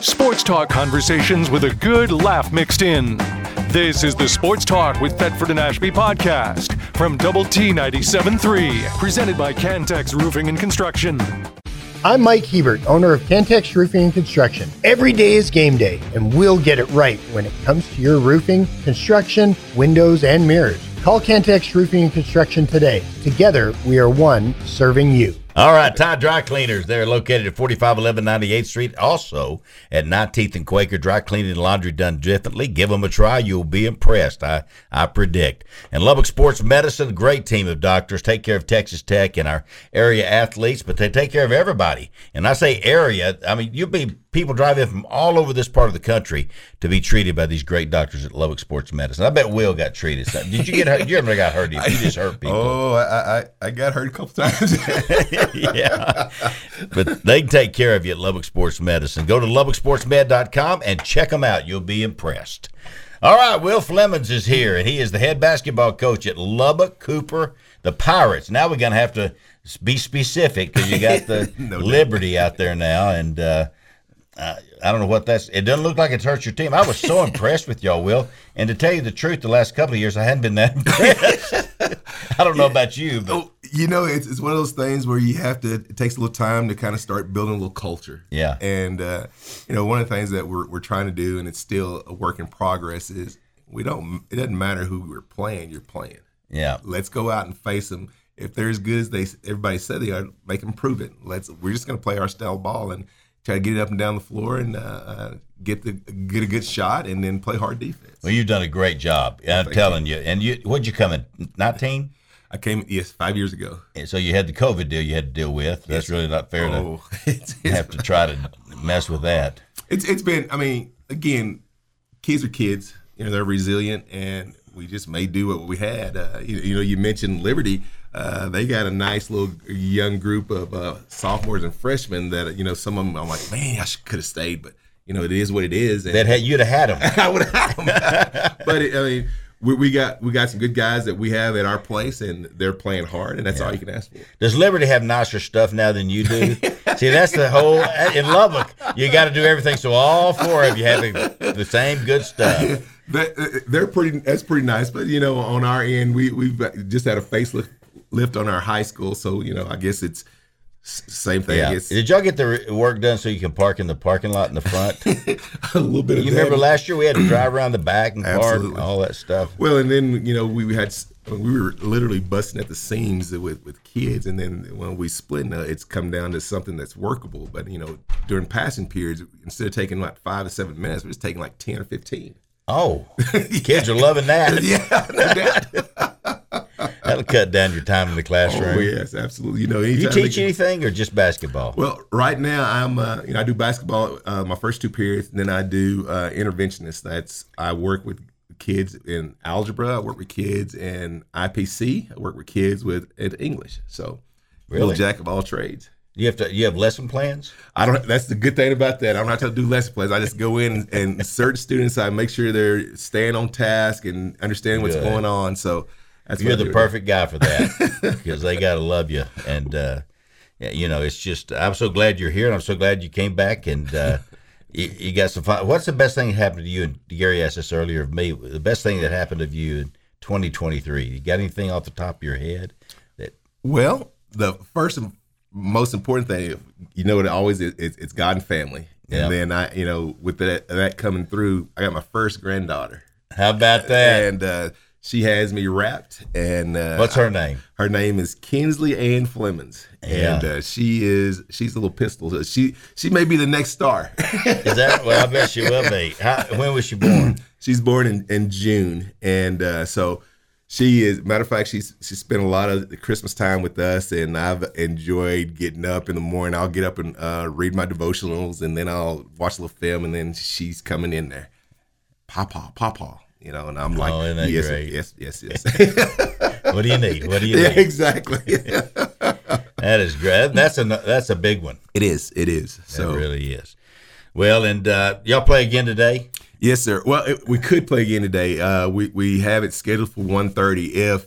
Sports talk conversations with a good laugh mixed in. This is the Sports Talk with Thetford and Ashby podcast from Double T 97.3, presented by Cantex Roofing and Construction. I'm Mike Hebert, owner of Cantex Roofing and Construction. Every day is game day, and we'll get it right when it comes to your roofing, construction, windows, and mirrors. Call Cantex Roofing and Construction today. Together, we are one serving you. All right, Todd Dry Cleaners. They're located at 4511 98th Street, also at 19th and Quaker. Dry cleaning and laundry done differently. Give them a try. You'll be impressed, I, I predict. And Lubbock Sports Medicine, great team of doctors, take care of Texas Tech and our area athletes, but they take care of everybody. And I say area, I mean, you'll be people drive in from all over this part of the country to be treated by these great doctors at Lubbock Sports Medicine. I bet Will got treated. So- Did you get hurt? You ever got hurt? You just hurt people. Oh, I, I I got hurt a couple times. yeah. But they can take care of you at Lubbock Sports Medicine. Go to lubbocksportsmed.com and check them out. You'll be impressed. All right, Will Flemings is here, and he is the head basketball coach at Lubbock Cooper, the Pirates. Now we're going to have to s- be specific because you got the Liberty out there now, and uh, I, I don't know what that's. It doesn't look like it's hurt your team. I was so impressed with y'all, Will. And to tell you the truth, the last couple of years I hadn't been that impressed. I don't know about you, but Oh, you know, it's, it's one of those things where you have to. It takes a little time to kind of start building a little culture. Yeah. And uh, you know, one of the things that we're we're trying to do, and it's still a work in progress, is we don't. It doesn't matter who we're playing. You're playing. yeah. Let's go out and face them. If they're as good as they everybody said they are, make them prove it. Let's. We're just going to play our style ball and try to get it up and down the floor and uh, uh, get the get a good shot and then play hard defense. Well, you've done a great job. I'm telling you. And you, what'd you come in? 19? I came yes five years ago. And So you had the COVID deal you had to deal with. That's really not fair Oh, it's, to it's have to try to mess with that. It's it's been. I mean, again, kids are kids. You know, they're resilient, and we just may do what we had. Uh, you, you know, you mentioned Liberty. Uh, they got a nice little young group of uh, sophomores and freshmen that you know. Some of them, I'm like, man, I could have stayed, but you know, it is what it is. And That had, you'd have had them. I would have had them. but it, I mean. We, we got we got some good guys that we have at our place, and they're playing hard, and that's all you can ask for. Does Liberty have nicer stuff now than you do? See, that's the whole eh, in Lubbock. You got to do everything. So all four of you have the same good stuff. That, uh, they're pretty. That's pretty nice. But you know, on our end, we we've just had a facelift lift on our high school, so you know, I guess it's s- same thing. I Yeah. guess Did y'all get the re- work done so you can park in the parking lot in the front? You a little bit. of that. remember last year we had to drive around the back and park and Absolutely. all that stuff. Well, and then you know we had s- we were literally busting at the seams with with kids, and then when we split, now it's come down to something that's workable. But you know, during passing periods, instead of taking like five to seven minutes, we're just taking like ten or fifteen. Oh, kids are loving that. Yeah, no doubt. That'll cut down your time in the classroom. Oh yes, absolutely. You know, Do you anytime they teach can- anything or just basketball? Well, right now I'm, uh, you know, I do basketball uh, my first two periods, and then I do uh, interventionist. That's I work with kids in algebra, I work with kids in IPC, I work with kids with in English. So, Really? little jack of all trades. You have to. You have lesson plans. I don't. That's the good thing about that. I don't have to do lesson plans. I just go in and, and search students. I make sure they're staying on task and understand what's Good. going on. So that's You're what I the do. perfect guy for that because they gotta love you. And uh, yeah, you know, it's just I'm so glad you're here, and I'm so glad you came back. And uh, you, you got some. Fun. What's the best thing that happened to you? And Gary asked this earlier of me. The best thing that happened of you in 2023. You got anything off the top of your head? That Well, the first and most important thing, you know, what it always is, it's, it's God and family. Yeah. And then I, you know, with that that coming through, I got my first granddaughter, how about that? and uh, she has me wrapped. And uh, What's her name? her name is Kinsley Ann Flemings, and Yeah. uh, she is she's a little pistol. She she may be the next star. Is that? Well, I bet she will be. How, when was she born? She's born in, in June, and uh, so she is. Matter of fact, she's she spent a lot of the Christmas time with us, and I've enjoyed getting up in the morning. I'll get up and uh, read my devotionals, and then I'll watch a little film, and then she's coming in there, papa, papa, you know, and I'm like, Oh, isn't that yes, great? yes, yes, yes, What do you need? What do you yeah, need? exactly. it That is great. That's a that's a big one. is, it is. So it really is. Well, and uh, y'all play again today. Yes, sir. Well, it, we could play again today. Uh, we we have it scheduled for 1.30 If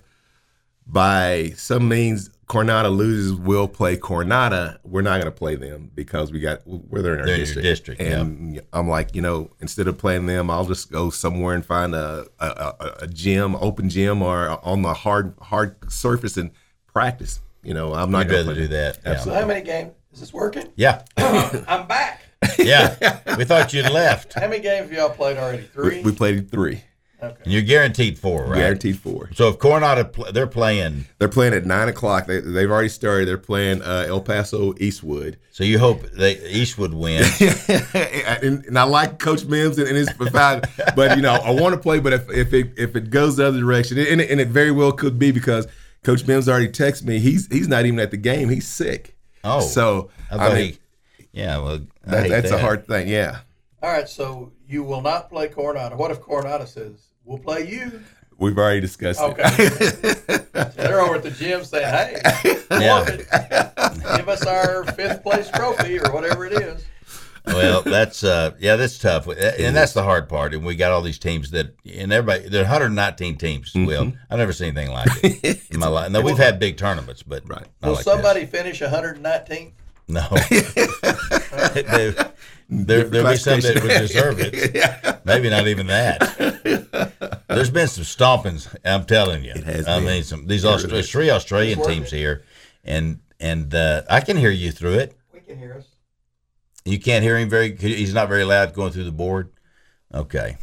by some means Coronado loses, we'll play Coronado. We're not going to play them because we got we're there in our They're in your district. district, and I'm like, you know, instead of playing them, I'll just go somewhere and find a a, a, a gym, open gym, or on the hard hard surface and practice. You know, I'm not I'd going rather to do that. Absolutely. How many game? Is this working? Yeah. I'm back. Yeah. yeah. We thought you'd left. How many games have y'all played already? Three. We, we played three, okay. And you're guaranteed four, right? guaranteed four. So if Coronado, pl- they're playing. They're playing at nine o'clock. They, they've already started. They're playing uh, El Paso Eastwood. So you hope they Eastwood wins. and, and I like Coach Mims and, and his profound, but you know I want to play. But if, if it if it goes the other direction, and it, and it very well could be because Coach Mims already texted me. He's he's not even at the game. He's sick. Oh. so I I, thought mean he- yeah, well, I that, hate that's that. a hard thing. Yeah, All right. So you will not play Coronado. What if Coronado says we'll play you? we've already discussed Okay. So they're over at the gym saying, "Hey, Yeah. give us our fifth place trophy or whatever it is." well, that's uh, yeah, that's tough, and that's the hard part. And we got all these teams that, and everybody, there are 119 teams. Mm-hmm. Well, I've never seen anything like it in my life. Now we've had big tournaments, but Right. not Will like this. somebody finish 119th? No. There- there, there'll be some that would deserve it. Maybe not even that. There's been some stompings. I'm telling you. It has I been. mean, some these Austra- three Australian teams here, and and uh, I can hear you through it. We can hear us. You can't hear him very. He's not very loud going through the board. Okay.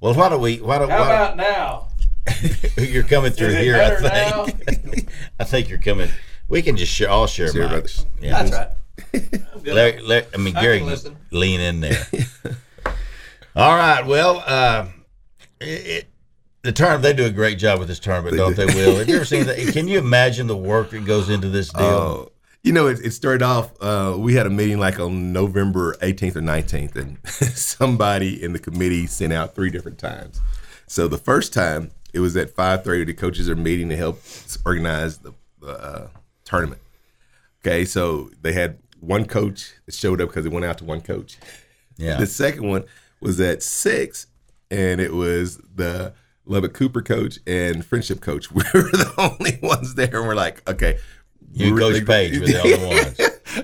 Well, why don't we? Why don't? How Why don't about now? you're coming through Is it here? better I think. I think you're coming. We can just share. I'll share Share mine. others. Yeah. That's right. I'm good. Larry, Larry- I mean, I Gary, can listen. lean in there. All right. Well, uh, it, it, the term they do a great job with this tournament, don't they? Will have you ever seen that? Can you imagine the work that goes into this deal? Oh, you know, it, it started off. Uh, we had a meeting like on November 18th or 19th, and somebody in the committee sent out three different times. So the first time it was at 5:30. The coaches are meeting to help s- organize the, the uh, tournament. Okay, so they had one coach that showed up because it went out to one coach. yeah. The second one was at six, and it was the Lubbock Cooper coach and friendship coach. We were the only ones there, and we're like, okay, you and we're- Coach Page were the only ones.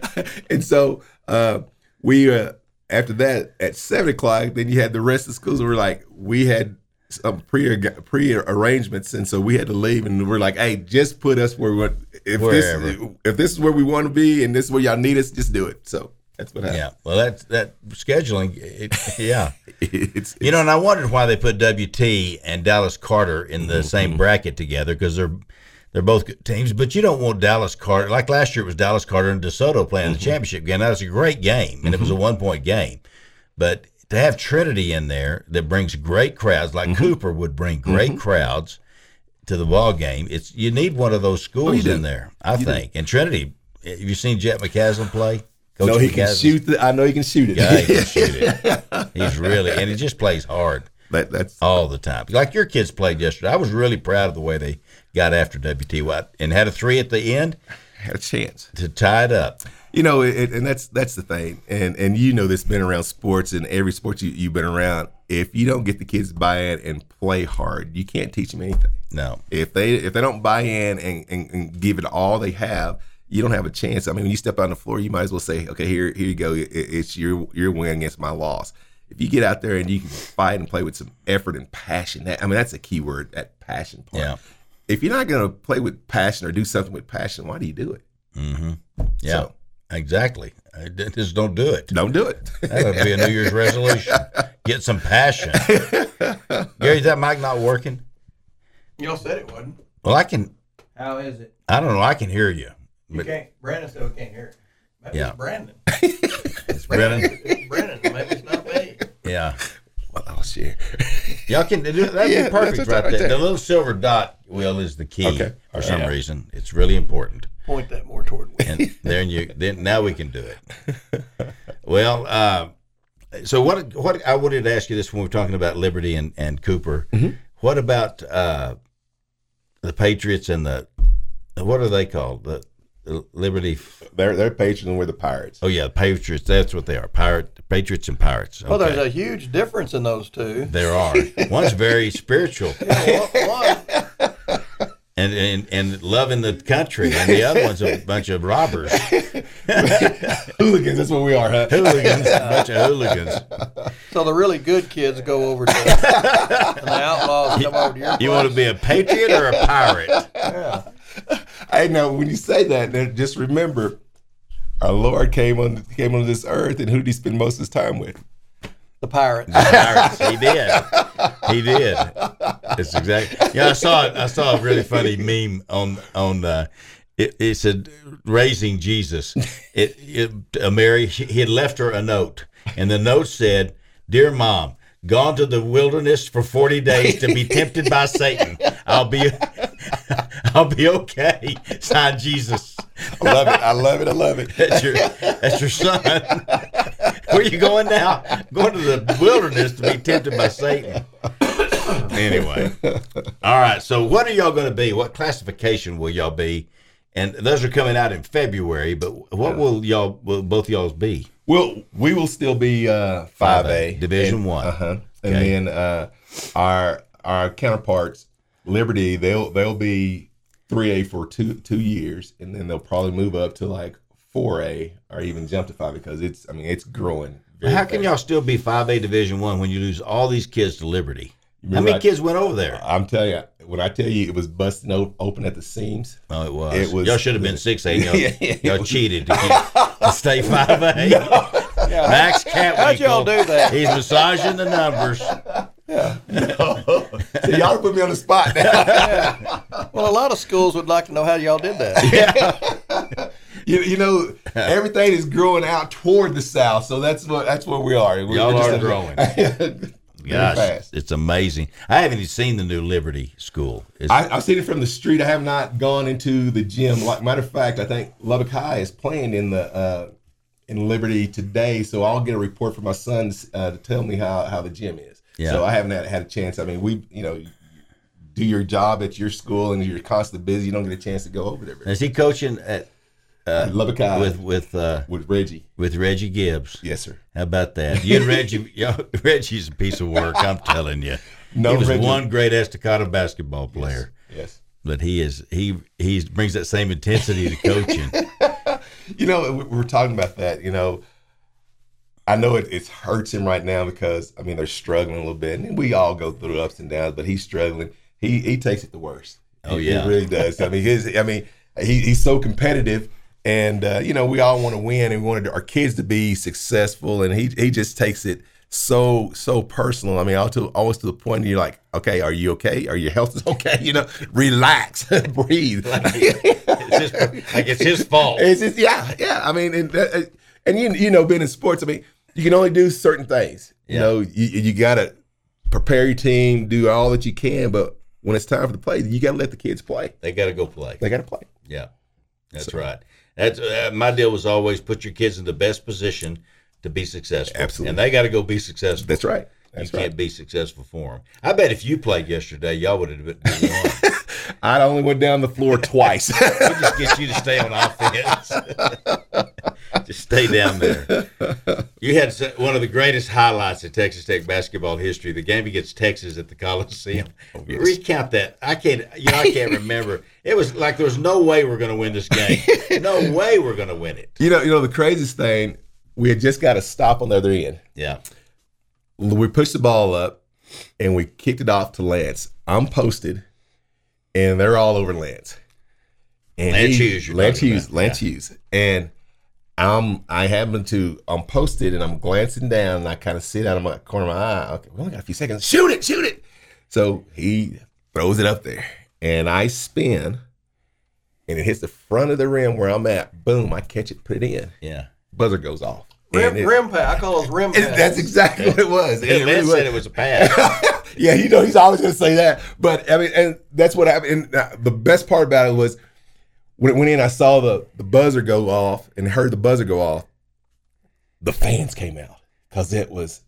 and so uh, we uh, after that at seven o'clock, then you had the rest of schools. We're like, we had some pre pre arrangements, and so we had to leave. And we're like, hey, just put us where we want. If this Wherever. if this is where we want to be, and this is where y'all need us, just do it. So that's what happened. Yeah. Well, that's that scheduling. It, yeah. it's, You know, and I wondered why they put WT and Dallas Carter in Mm-hmm. the same bracket together because they're they're both good teams. But you don't want Dallas Carter like last year. It was Dallas Carter and DeSoto playing Mm-hmm. the championship game. That was a great game, and it was a one point game. But to have Trinity in there that brings great crowds, like Mm-hmm. Cooper would bring great crowds to the ball game. It's you need one of those Oh, schools in there, I think. And Trinity, have you seen Jet McCaslin play? Coach no, he can McCaslin? shoot. The, I know he can shoot it. Yeah, he can shoot it. He's really and he just plays hard That, that's all the time. Like your kids played yesterday. I was really proud of the way they got after WT White and had a three at the end had a chance. to tie it up. you know it, and that's that's the thing and and you know this been around sports and every sport you, you've been around if you don't get the kids to buy in and play hard you can't teach them anything No. if they if they don't buy in and, and, and give it all they have you don't have a chance i mean when you step on the floor you might as well say okay here here you go it, it's your your win against my loss if you get out there and you can fight and play with some effort and passion that i mean that's a key word that passion part Yeah. if you're not going to play with passion or do something with passion why do you do it Yeah. So- Exactly. I d- just don't do it. don't do it That would be a New Year's resolution. Get some passion. Gary, is that mic not working? Y'all said it wasn't. Well, I can. How is it? I don't know. I can hear you. You But- can't. Brandon still can't hear it. Maybe Yeah. it's Brandon. Brennan. It's Brandon. Maybe it's not me. Yeah. well i'll share Y'all can do that'd Yeah, be that's perfect what right I there. did. The little silver dot will is the key Okay. for some reason. It's really important. Point that more toward me. and then you then now we can do it. Well, uh, so what what I wanted to ask you this when we were talking about Liberty and and Cooper, Mm-hmm. what about uh, the Patriots and the what are they called the, the Liberty? F- They're they're patrons and we're the pirates. Oh yeah, Patriots. That's what they are. Pirate Patriots and Pirates. Well, Oh, there's Okay. a huge difference in those two. there are one's very spiritual. One, and and, and loving the country, and the other one's a bunch of robbers, Hooligans, that's what we are, huh? hooligans, a bunch of hooligans. So the really good kids go over to, and the outlaws come over to your You want to be a patriot or a pirate? Hey, now when you say that, then just remember, our Lord came on came on this earth, and who did He spend most of His time with? the pirates. Pirates. He did. He did. It's exact. Yeah, I saw it. I saw a really funny meme on on. Uh, it, it said raising Jesus. It, it uh, Mary. She, he had left her a note, and the note said, "Dear Mom." Gone to the wilderness for forty days to be tempted by Satan. I'll be, I'll be okay. Signed Jesus. I love it. I love it. I love it. That's your that's your son. Where you going now? Going to the wilderness to be tempted by Satan. Anyway. All right. So what are y'all gonna be? What classification will y'all be? And those are coming out in February, but what will y'all will both y'all's be? Well, we will still be uh, 5A, Division And- One. Uh-huh. And Okay. then uh, our our counterparts, Liberty, they'll they'll be 3A for two two years, and then they'll probably move up to like 4A or even jump to 5 because it's I mean it's growing. very How can fast. y'all still be five A Division One when you lose all these kids to Liberty? How many Right. Uh, kids went over there? I'm telling you, when I tell you it was busting o- open at the seams, Oh, it was. It was- y'all should have been six A. Y'all, Yeah, it y'all was- cheated to, get, to stay five A. Max Catwinkle. How'd y'all do that? He's massaging the numbers. So y'all put me on the spot now. Well, a lot of schools would like to know how y'all did that. you, you know, everything is growing out toward the south, so that's what that's where we are. We're Y'all just are in- growing. Very Gosh, fast. it's amazing. I haven't even seen the new Liberty School. It's, I, I've seen it from the street. I have not gone into the gym. Like matter of fact, I think Lubbock High is playing in the uh, in Liberty today, so I'll get a report from my son uh, to tell me how how the gym is. Yeah. So I haven't had, had a chance. I mean, we you know do your job at your school and you're constantly busy. You don't get a chance to go over there. Uh, is he coaching at, Lubbock High with with with uh, with Reggie. with Reggie Gibbs? Yes, sir. How about that? You and Reggie, y'all, Reggie's a piece of work. I'm telling you. No, he was Reggie- one great Estacado basketball player, Yes. but he is he he brings that same intensity to coaching. You know, we we were talking about that. You know, I know it, it hurts him right now because I mean they're struggling a little bit, and we all go through ups and downs. But he's struggling. He he takes it the worst. Oh, He- yeah. he really does. I mean, his I mean he, he's so competitive, and uh, you know we all want to win, and we wanted our kids to be successful, and he he just takes it so so personal. I mean, all to, always to the point you're like, okay, are you okay? Are your health is okay? You know, relax, breathe. It's his, like it's his fault. It's just yeah, yeah. I mean, and, that- and you you know, being in sports, I mean, you can only do certain things. You know, you you gotta prepare your team, do all that you can, but when it's time for the play, you gotta let the kids play. They got to go play. They gotta play. Yeah, that's right. That's uh, my deal. Was always put your kids in the best position to be successful. Absolutely. and they got to go be successful. That's right. You That's can't right. be successful for them. I bet if you played yesterday, y'all would have been. been on. I only went down the floor twice. We'll just get you to stay on offense. just stay down there. You had se- one of the greatest highlights of Texas Tech basketball history: the game against Texas at the Coliseum. Oh, Recount that. I can't. You know, I can't remember. It was like there was no way we're going to win this game. No way we're going to win it. you know, you know the craziest thing. We had just got a stop on the other end. Yeah. we pushed the ball up and we kicked it off to Lance. I'm posted, and they're all over Lance. And Lance Hughes, you're Lance talking Hughes, about, Lance Hughes, and I'm I happen to I'm posted and I'm glancing down and I kind of see it out of my corner of my eye. Okay, we only got a few seconds. Shoot it, shoot it. So he throws it up there, and I spin, and it hits the front of the rim where I'm at. Boom! I catch it, put it in. Yeah. Buzzer goes off. Rim, And it- rim pass. I call those rim it- pass. that's exactly what it was. And Lance it really was. said it was a pass. yeah, you know, he's always going to say that. But I mean, and that's what happened. And uh, the best part about it was when it went in, I saw the, the buzzer go off and heard the buzzer go off. The fans came out because it was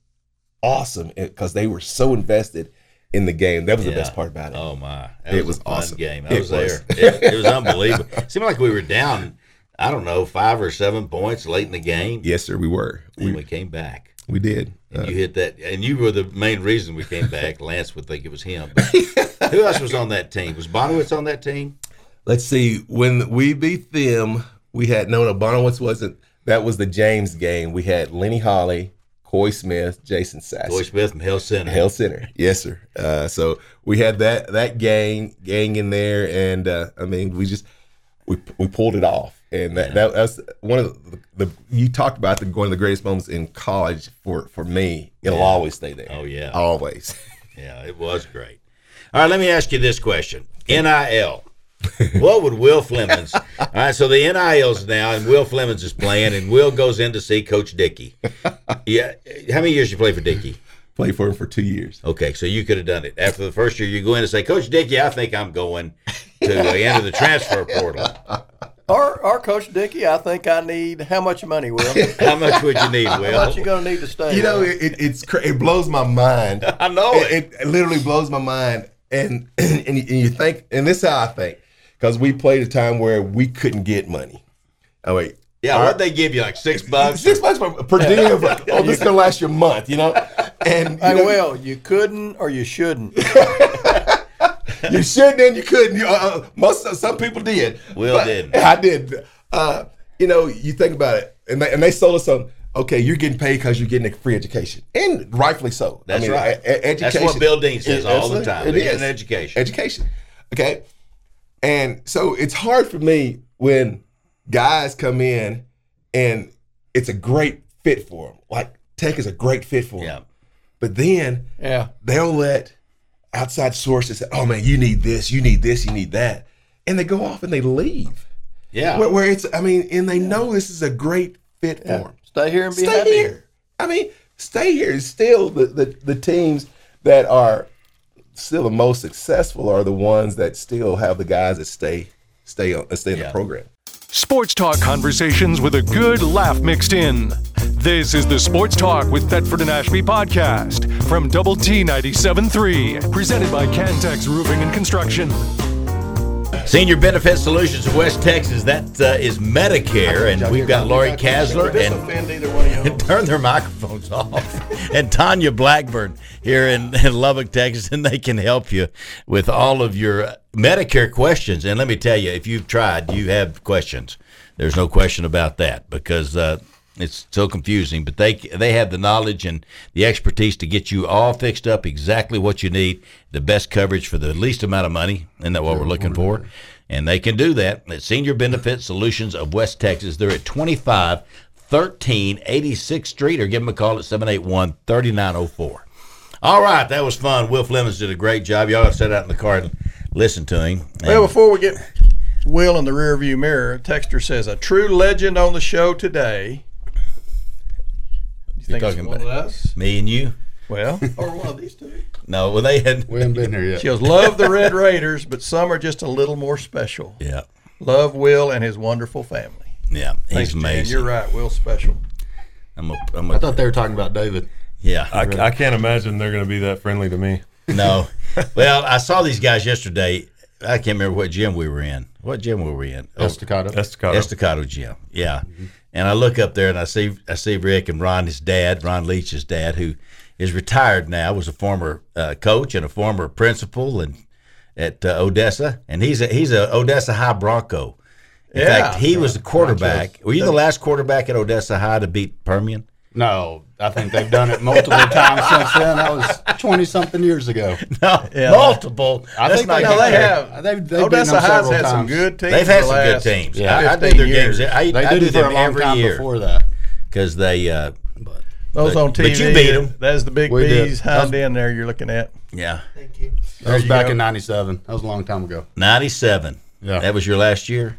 awesome because they were so invested in the game. That was Yeah. the best part about it. Oh my! It a was fun awesome. game. I It was, was. there. It, it was unbelievable. seemed like we were down. I don't know five or seven points late in the game, Yes, sir, we were. and We, we came back. We did. Uh, you hit that, and you were the main reason we came back. Lance would think it was him. But who else was on that team? Was Bonowitz on that team? let's see. When we beat them, we had no, no. Bonowitz wasn't. That was the James game. We had Lenny Holly, Coy Smith, Jason Sass. Roy Smith from Hell Center. Hell Center. Yes, sir. Uh, so we had that that gang gang in there, and uh, I mean, we just we we pulled it off, and that, that that's one of the, the you talked about the one of the greatest moments in college for for me. It'll always stay there. Oh, yeah. always. Yeah, it was great. All right, let me ask you this question: NIL. what would Will Flemons? All right, so the NILs now, and Will Flemons is playing, and Will goes in to see Coach Dickey. Yeah, how many years you play for Dickey? Played for him for two years. Okay, so you could have done it after the first year. You go in and say, Coach Dickey, I think I'm going to uh, enter the transfer portal. Our, our coach Dickey, I think I need how much money, Will? how How much would you need, Will? much you gonna need to stay? You know, Will? it, it, it's cra- it blows my mind. I know it. it, it literally blows my mind. And and, you- and you think, and this is how I think, because we played a time where we couldn't get money. Oh wait, Yeah, what'd they give you like six bucks? six bucks per, per diem. for- oh, this is gonna last you a month, you know. And you, Hey, know, Will, you couldn't or you shouldn't. you shouldn't and you couldn't. You, uh, most of, some people did. Will But- didn't. I did. Uh, you know, you think about it, and they, and they sold us on. Okay, you're getting paid because you're getting a free education, and rightfully so. That's right. e- education. That's what Bill Dean says It- all the absolutely. time. They're It getting is. an education. Education. Okay. And so it's hard for me when guys come in and it's a great fit for them. Like Tech is a great fit for them. Yeah. But then Yeah. they'll let outside sources say, "Oh man, you need this, you need this, you need that," and they go off and they leave. Yeah. Where, where it's, I mean, and they know this is a great fit for 'em. for them. Stay here and be Stay happy. here. I mean, stay here. It's Still, the, the the teams that are still the most successful are the ones that still have the guys that stay stay on, stay in Yeah. the program. Sports talk conversations with a good laugh mixed in. This is the Sports Talk with Thetford and Ashby podcast from Double T 97.3, presented by Cantex Roofing and Construction. Senior Benefit Solutions of West Texas, that uh, is Medicare, and we've got Lori Kasler This and offend either one of you. and turn their microphones off. and Tanya Blackburn here in, in Lubbock, Texas, and they can help you with all of your uh, Medicare questions. And let me tell you, if you've tried, you have questions. There's no question about that because uh, it's so confusing. But they they have the knowledge and the expertise to get you all fixed up exactly what you need, the best coverage for the least amount of money. Isn't that what we're looking for? And they can do that at Senior Benefit Solutions of West Texas. They're at 25 Thirteen eighty sixth Street or give them a call at 781 3904. All right, that was fun. Will Flemings did a great job. Y'all have sat out in the car and listened to him. And Well, before we get Will in the rearview mirror, a texter says a true legend on the show today. You think talking it's one of us? me and you? Well, or one of these two? No, well, they had. We haven't been here yet. She goes, love the Red Raiders, but some are just a little more special. Yeah, Love Will and his wonderful family. yeah. He's Thanks, Jan. amazing. You're right. Will's special. I'm a, I'm I a, thought they were talking about David. yeah. I, I can't imagine they're going to be that friendly to me. No. well, I saw these guys yesterday. I can't remember what gym we were in. What gym were we in? Oh, Estacado. Estacado. Estacado Gym. Yeah. And I look up there and I see I see Rick and Ron, his dad, Ron Leach's dad, who is retired now, was a former uh, coach and a former principal and at uh, Odessa, and he's a he's a Odessa High Bronco. In Yeah. fact, he was the quarterback. Were you the last quarterback at Odessa High to beat Permian? no, I think they've done it multiple times since then. That was twenty something years ago. No, multiple. I That's think not they- good. No, they character. have. They've- they've beaten Odessa them High's several had some times. good teams. They've had the some good last teams. Yeah. I, I do their 15 years. games. I, They I did do it for them a long every time year before that. because they. Uh, Those But- on but TV. you beat 'em. That's the big We did. bees hind end there you're looking at. yeah, Thank you. That was you back go. in '97. That was a long time ago. ninety-seven. Yeah. That was your last year.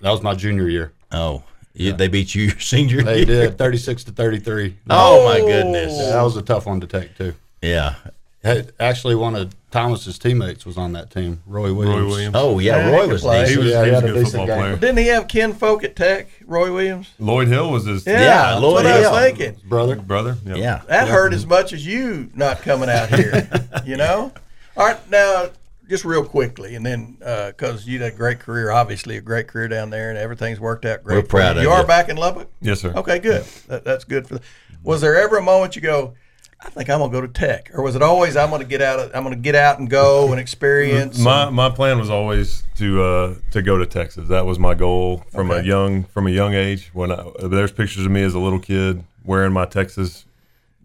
That was my junior year. Oh, you, they beat you your senior They year. did 36 to 33. Oh, my goodness. That was a tough one to take too. Yeah. Had- Actually, one of Thomas's teammates was on that team, Roy Williams. Roy Williams. Oh yeah, Yeah, Roy he was played. He decent. was, Yeah, he he was had a a good decent football game. player. Didn't he have Ken Folk at Tech, Roy Williams? Lloyd Hill was his Yeah, that's Lloyd what I Hill. was thinking. Brother, brother. Yeah. That hurt as much as you not coming out here, you know? All right, now, just real quickly, and then because you had a great career, obviously a great career down there, and everything's worked out great. We're for proud you. of You are you. back in Lubbock. Yes, sir. Okay, good. That, that's good for. The, was there ever a moment you go? I think I'm gonna go to tech, or was it always I'm gonna get out? Of, I'm gonna get out and go and experience. My my plan was always to uh, to go to Texas. That was my goal from Okay. a young from a young age. When I, there's pictures of me as a little kid wearing my Texas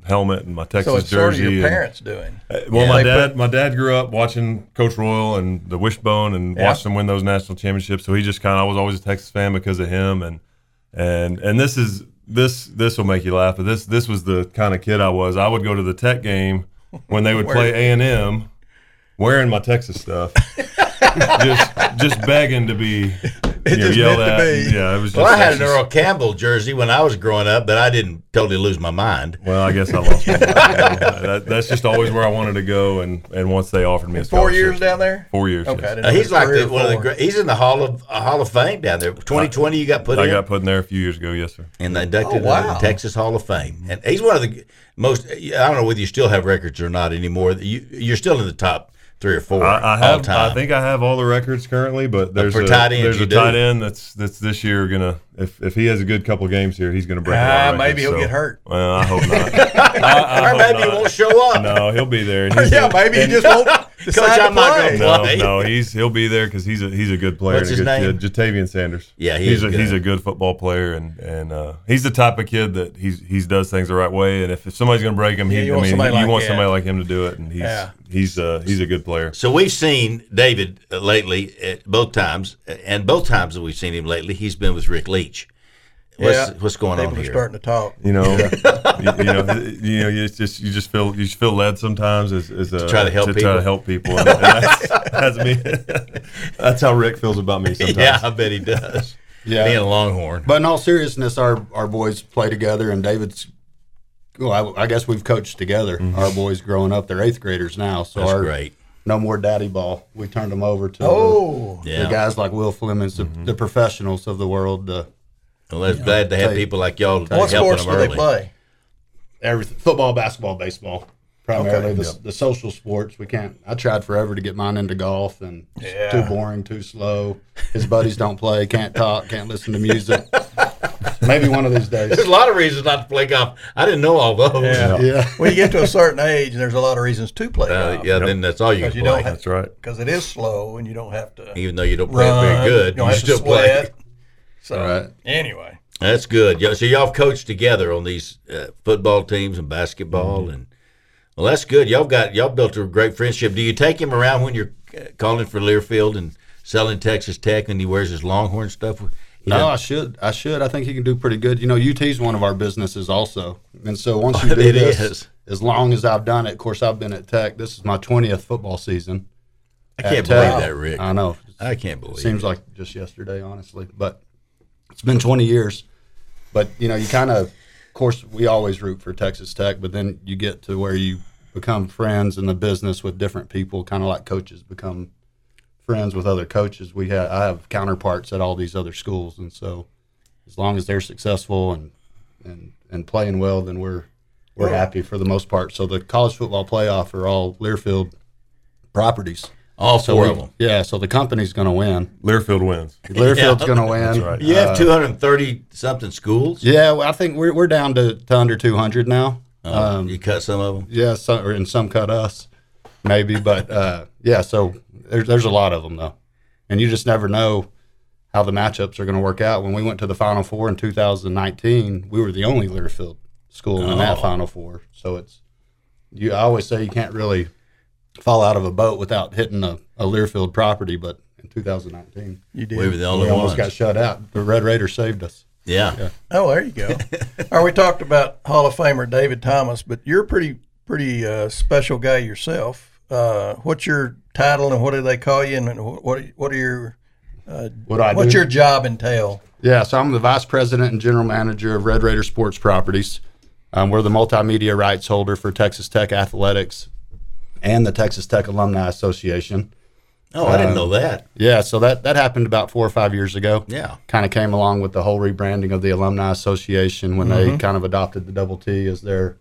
helmet and my Texas so it's sort of jersey. your and- parents doing. well, my They put- dad my dad grew up watching Coach Royal and the Wishbone and Yeah. watched them win those national championships. So he just kind of I was always a Texas fan because of him and and and this is this this will make you laugh. But this this was the kind of kid I was. I would go to the Tech game when they would play A and M, wearing my Texas stuff, just just begging to be you know, just yelled meant at. to be. Yeah, it was. Just, Well, I had an that's Earl Campbell jersey when I was growing up, but I didn't totally lose my mind. just- Well, I guess I lost. My mind. that, that's just always where I wanted to go, and and once they offered me a Four scholarship- years down there. Four years. Okay, yes. I didn't Uh, know he's it was like three the, or one of the four. great. He's in the Hall of uh, Hall of Fame down there. 2020, you got put I in, got put in there a few years ago. Yes, sir. and they inducted Oh, him into wow. the Texas Hall of Fame. And he's one of the most. I don't know whether you still have records or not anymore. You, you're still in the top three or four I, I all have. time. I think I have all the records currently, but there's for a tight ends, there's you a do. tight end that's that's this year gonna if if he has a good couple of games here, he's gonna break. a lot Ah, of maybe records, he'll so- get hurt. Well, I hope not. I- I or hope maybe he not. won't show up. No, he'll be there. and he's yeah, a- maybe he just won't decide I'm to not play. gonna- No, Why? no, he's he'll be there because he's a he's a good player. What's and a his name? good Kid. Jatavian Sanders. Yeah, he he's is a, good. he's a good football player, and and uh, he's the type of kid that he's he's does things the right way. And if, if somebody's gonna break him, Yeah, he, you I want mean, somebody you like want that. somebody like him to do it, and he's Yeah. he's uh, he's a good player. So we've seen David uh, lately at both times, uh, and both times that we've seen him lately, he's been with Rick Leach. What's, Yeah. what's going on People are here? starting to talk. You know, you, you know, you know. You just you just feel you just feel led sometimes as, as a, try to help try people. to help people. And, and that's, that's me. that's how Rick feels about me sometimes. Yeah, I bet he does. Yeah. being a Longhorn. But in all seriousness, our our boys play together, and David's. Well, I, I guess we've coached together. Our boys growing up, they're eighth graders now, so Mm-hmm. That's our, great. No more daddy ball. We turned them over to Oh, the, Yeah. Mm-hmm. the guys like Will Flemings, the, the professionals of the world. The Well, that's glad to have people like y'all what helping sports them do they early. play? everything football, basketball, baseball, primarily Okay. the, the social sports. We can't. I tried forever to get mine into golf, and it's Yeah. too boring, too slow. His buddies don't play, can't talk, can't listen to music. Maybe one of these days. There's a lot of reasons not to play golf. I didn't know all those. Yeah. Yeah. When you get to a certain age, there's a lot of reasons to play Uh, golf yeah, then that's all you can because you play. don't have That's right. because it is slow and you don't have to Even though you don't play it run. very You good, you, don't have to still play. sweat. So Right. anyway, That's good. Yeah, So y'all have coached together on these uh, football teams and basketball, Mm-hmm. and well, that's good. Y'all got y'all built a great friendship. Do you take him around when you're uh, calling for Learfield and selling Texas Tech, and he wears his Longhorn stuff? He No, doesn't- I should. I should. I think he can do pretty good. You know, UT's one of our businesses also, and so once you do It this, is. as long as I've done it. Of course, I've been at Tech. This is my twentieth football season. I can't at believe Tech. that, Rick. I know. I can't believe. Seems like just yesterday, honestly, but it's been twenty years. But you know, you kind of, of course, we always root for Texas Tech, but then you get to where you become friends in the business with different people, kind of like coaches become friends with other coaches. We have I have counterparts at all these other schools, and so as long as they're successful and and and playing well, then we're we're happy for the most part. So the college football playoff are all Learfield properties. All So four we- of them. Yeah, so the company's going to win. Learfield wins. Learfield's going to win. Uh, right. You have 230 something schools. Yeah, well, I think we're, we're down to, to under 200 now. Um, you cut some of them. Yeah, some, or, and some cut us, maybe. But uh, yeah, so there's, there's a lot of them, though. And you just never know how the matchups are going to work out. When we went to the Final Four in 2019, we were the only Learfield school in that Final Four. So it's, you. I always say you can't really fall out of a boat without hitting a, a Learfield property, but in 2019, you We were did. the we only ones. almost got shut out. The Red Raiders saved us. yeah. Oh, there you go. All right, we talked about Hall of Famer David Thomas, but you're a pretty pretty uh, special guy yourself. Uh, what's your title and what do they call you? And wh- what what are your What do I what's do? your job entail? Yeah, so I'm the vice president and general manager of Red Raider Sports Properties. Um, we're the multimedia rights holder for Texas Tech Athletics and the Texas Tech Alumni Association. Oh, I didn't know that. Yeah, so that, that happened about four or five years ago. Yeah. Kind of came along Mm-hmm. with the whole rebranding of the Alumni Association when they kind of adopted the double T as their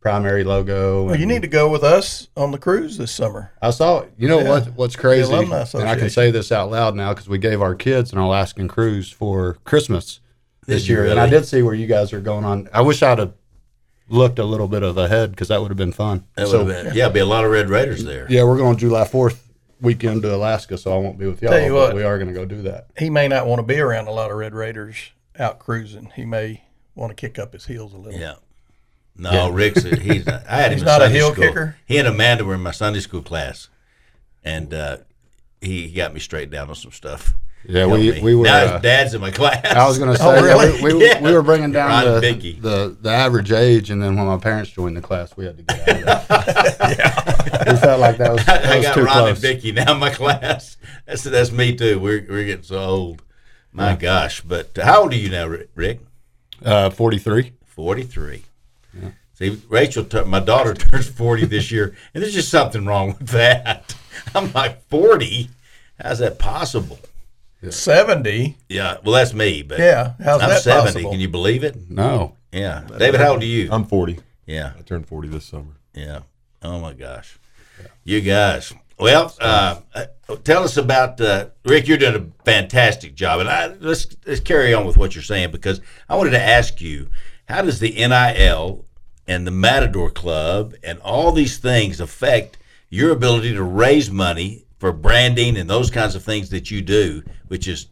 primary logo. Well, you and- need to go with us on the cruise this summer. I saw it. You know Yeah. what? What's crazy, The Alumni and I Association. can say this out loud now because we gave our kids an Alaskan cruise for Christmas this year, and I did see where you guys are going on. I wish I'd have looked a little bit of ahead because that would have been fun. That So, would have been, yeah, be a lot of Red Raiders there. yeah, we're going July Fourth weekend to Alaska, so I won't be with y'all. Tell you but what. we are going to go do that. He may not want to be around a lot of Red Raiders out cruising. He may want to kick up his heels a little. Yeah. No, Rick's he's I had him He's in not a Sunday hill school. kicker? He and Amanda were in my Sunday school class, and uh, he he got me straight down on some stuff. Yeah, Helped we- me. we were, Now his uh, dad's in my class. I was going to say Oh, yeah, really? we, we, Yeah. we were bringing down Ron the, Bickey. the the average age, and then when my parents joined the class, we had to get out of that. We felt like that was, that I was got too Ron close. and Vicky now in my class. That's that's me too. We're we're getting so old. My gosh! But how old are you now, Ri- Rick? Uh, Forty three. Forty three. See, Rachel, tur- my daughter turns forty this year, and there's just something wrong with that. I'm like forty. How's that possible? Seventy. Yeah, well, that's me. But Yeah. How's I'm that 70. possible? Can you believe it? No, Yeah. David, how old are you? I'm 40. yeah, I turned 40 this summer. yeah. Oh my gosh, you guys. Well, uh, uh, tell us about uh, Rick. You're doing a fantastic job, and I, let's let's carry on with what you're saying because I wanted to ask you, how does the NIL and the Matador Club and all these things affect your ability to raise money for branding and those kinds of things that you do, which is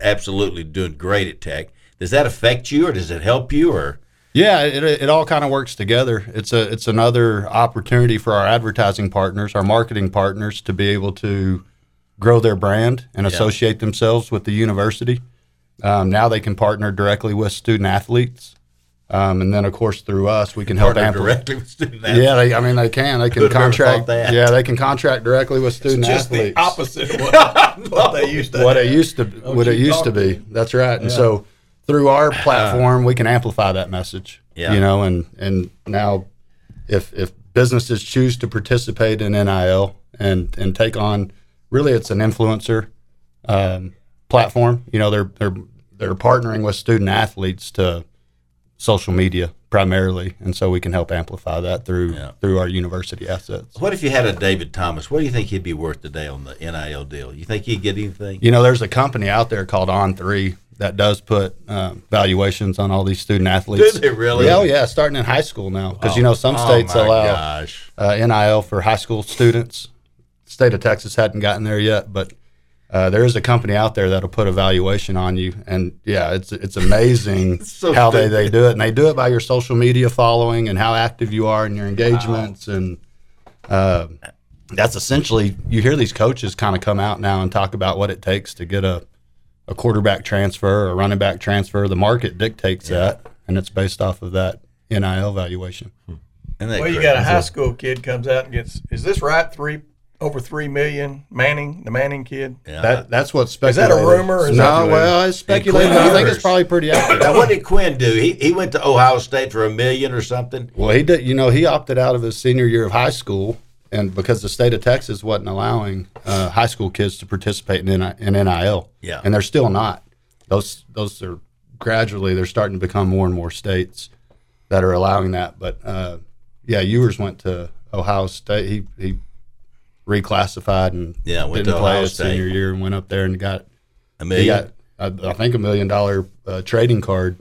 absolutely doing great at Tech? Does that affect you, or does it help you, or Yeah, it, it all kind of works together. It's a it's another opportunity for our advertising partners, our marketing partners, to be able to grow their brand and associate themselves with the university. Um, now they can partner directly with student athletes, um, and then of course through us we can help partner amplify. directly with student athletes? Yeah, they, I mean they can. They can Who'd have ever thought contract. that? Yeah, they can contract directly with student Just athletes. the opposite of what, what they used to. what have. it used to what it you used to talked be. That's right. And so through our Uh, platform, we can amplify that message. Yeah. You know, and and now if if businesses choose to participate in NIL and and take on really it's an influencer um, platform. You know, they're they're they're partnering with student athletes to social media primarily and so we can help amplify that through through our university assets. What if you had a David Thomas? What do you think he'd be worth today on the NIL deal? You think he'd get anything? You know, there's a company out there called On3 that does put um, valuations on all these student athletes. Do they really? Yeah, oh, yeah, starting in high school now. Because, you know, some Oh, states my allow Gosh. uh, NIL for high school students. State of Texas hadn't gotten there yet, but uh, there is a company out there that'll put a valuation on you. And yeah, it's it's amazing so how they, they do it. And they do it by your social media following and how active you are in your engagements. And uh, that's essentially, you hear these coaches kind of come out now and talk about what it takes to get a, a quarterback transfer, a running back transfer. The market dictates that, and it's based off of that NIL valuation. Isn't that Well, you crazy? got a high school kid comes out and gets. Is this right? Three over three million. Manning, the Manning kid. Yeah. That, that's what's Is that speculated. a rumor? Is no, that- well, it's speculated. but I think it's probably pretty accurate. now, what did Quinn do? He, he went to Ohio State for a million or something. well, he did. You know, he opted out of his senior year of high school, and because the state of Texas wasn't allowing uh, high school kids to participate in, NI in NIL. Yeah. and they're still not. Those those are gradually they're starting to become more and more states that are allowing that. But uh, yeah, Ewers went to Ohio State. He he reclassified and Yeah, went didn't to play Ohio his State. senior year and went up there and got A he million. got I, I think a million dollar uh, trading card